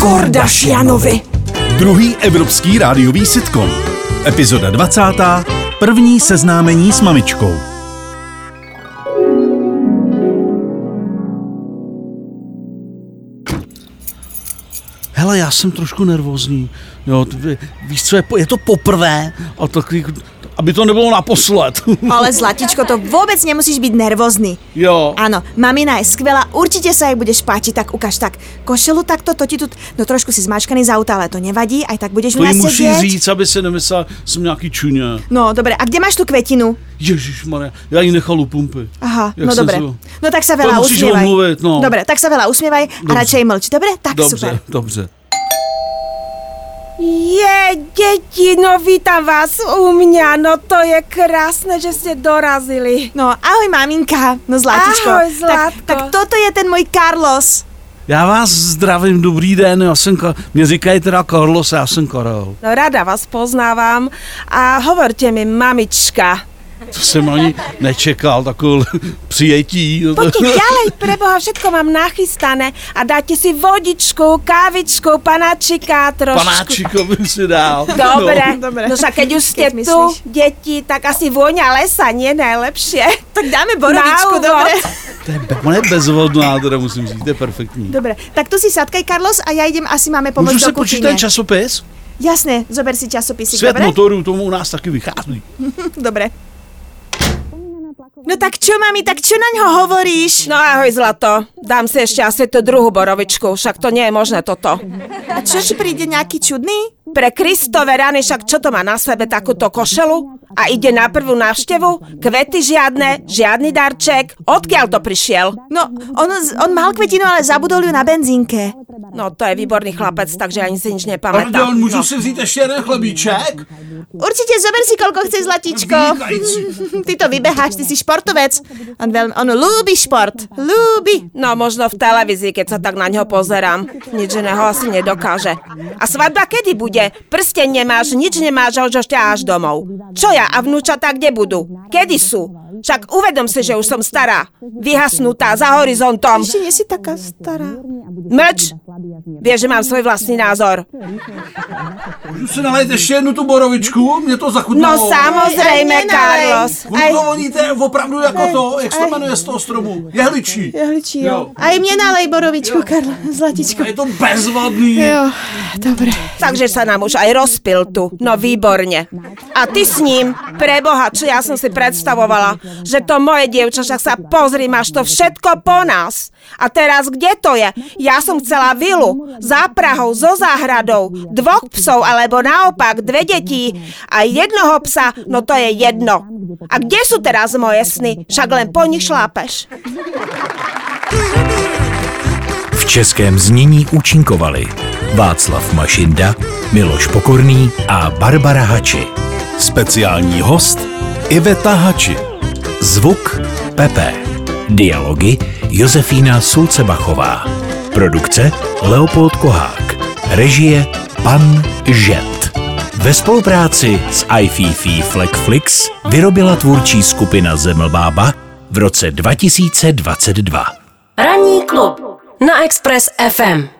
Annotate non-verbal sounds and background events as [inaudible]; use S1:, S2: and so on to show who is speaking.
S1: Kordašianovi.
S2: Druhý evropský rádiový sitcom. Epizoda 20. První seznámení s mamičkou.
S3: Hele, já jsem trošku nervózní. Jo, t- ví- víš co, je, po- je to poprvé a takový, aby to nebylo naposled. [laughs]
S4: Ale Zlatičko, to vôbec nemusíš byť nervózny.
S3: jo.
S4: Áno, mamina je skvelá, určite sa jej budeš páčiť, tak ukáž tak. Košelu takto, to ti tu, no trošku si zmačkaný z auta, ale to nevadí, aj tak budeš
S3: To
S4: u nás
S3: jí musí
S4: sedieť.
S3: říct, aby si nemyslela, jsem nějaký čuně.
S4: No, dobre, a kde máš tú kvetinu?
S3: Ježíš já ji nechal u pumpy.
S4: Aha,
S3: Jak
S4: no
S3: jsem
S4: dobre.
S3: se ho-
S4: No tak sa veľa
S3: musíš
S4: usmievaj.
S3: omluvit, no.
S4: Dobre, tak sa veľa usmievaj a
S3: Dobře.
S4: radšej mlč, dobre? Tak
S3: Dobře,
S4: super.
S3: dobře.
S5: Je, děti, no vítám vás u mě, no to je krásné, že jste dorazili.
S4: No, ahoj maminka, no Zlatičko.
S5: Ahoj,
S4: tak,
S5: Zlatko.
S4: tak toto je ten môj Carlos.
S3: Já vás zdravím, dobrý den, já jsem, Ka- mě říkají teda Carlos, já jsem Karel.
S5: No rada vás poznávám a hovorte mi, mamička.
S3: To jsem ani nečekal, takové [laughs] přijetí. [laughs]
S5: Poďte ďalej, preboha, všetko mám nachystané a dáte si vodičku, kávičku, panáčika trošku.
S3: Panáčikovi si dál.
S5: Dobre,
S3: No.
S5: no, no však keď už ste
S4: Keď
S5: tu,
S4: myslíš?
S5: deti, tak asi vôňa lesa nie najlepšie.
S4: Tak dáme borovičku,
S5: Na úvod.
S4: dobre?
S3: To je, be- ona je bezvodná, teda musím říct, to je perfektní.
S4: Dobre, tak tu si sadkaj, Carlos, a ja idem, asi máme pomoc
S3: Můžu se
S4: do
S3: počít
S4: kuchyne.
S3: ten časopis?
S4: Jasné, zober si časopisy,
S3: Svět
S4: dobre?
S3: motorů, tomu u nás taky vychází.
S4: [laughs] Dobre. No tak čo, mami, tak čo na ňo hovoríš?
S5: No ahoj, Zlato. Dám si ešte asi tú druhú borovičku, však to nie je možné toto.
S4: A čo ti príde nejaký čudný?
S5: Pre Kristove rany však čo to má na sebe takúto košelu? A ide na prvú návštevu? Kvety žiadne, žiadny darček. Odkiaľ to prišiel?
S4: No, on, z- on mal kvetinu, ale zabudol ju na benzínke.
S5: No to je výborný chlapec, takže ani si nič
S3: Pardon,
S5: nepamätám. No.
S3: můžu si vzít ještě jeden chlebíček?
S4: Určite zober si, koľko chceš, Zlatičko. [laughs] Ty to vybeháš, ty si športovec. On, veľmi, on ľúbi šport. Ľúbi.
S5: No možno v televízii, keď sa tak na ňo pozerám. Nič iného asi nedokáže. A svadba kedy bude? Prsten nemáš, nič nemáš a už ho ťaháš domov. Čo ja a vnúčatá kde budú? Kedy sú? Však uvedom si, že už som stará. Vyhasnutá, za horizontom.
S4: Ešte nie si taká stará.
S5: Mlč! Vieš, že mám svoj vlastný názor.
S3: Můžu si nalejt ještě jednu tu borovičku? Mě to
S5: No
S3: zachutnalo.
S5: samozrejme,
S4: Aj, aj,
S5: Carlos.
S3: Ono to voníte opravdu jako to, jak se to jmenuje z toho stromu. Jehličí.
S4: Jehličí,
S3: jo.
S4: Aj mne nalej borovičku, Karla, Zlatičko.
S3: A je to bezvadný.
S4: Jo, dobre.
S5: Takže sa nám už aj rozpil tu. No výborne. A ty s ním, preboha, čo ja som si predstavovala, že to moje dievča, však sa pozri, máš to všetko po nás. A teraz kde to je? Ja som chcela vilu, za Prahou, so záhradou, dvoch psov, alebo naopak dve deti a jednoho psa, no to je jedno. A kde sú teraz moje sny? Však len po nich šlápeš.
S6: V českém znění účinkovali Václav Mašinda, Miloš Pokorný a Barbara Hači.
S2: Speciální host Iveta Hači.
S6: Zvuk Pepe. Dialogy Josefína Sulcebachová. Produkce Leopold Kohák. Režie Pan Žet. Ve spolupráci s iFiFi Flexflix vyrobila tvůrčí skupina Zemlbába v roce 2022.
S7: Ranní klub na Express FM.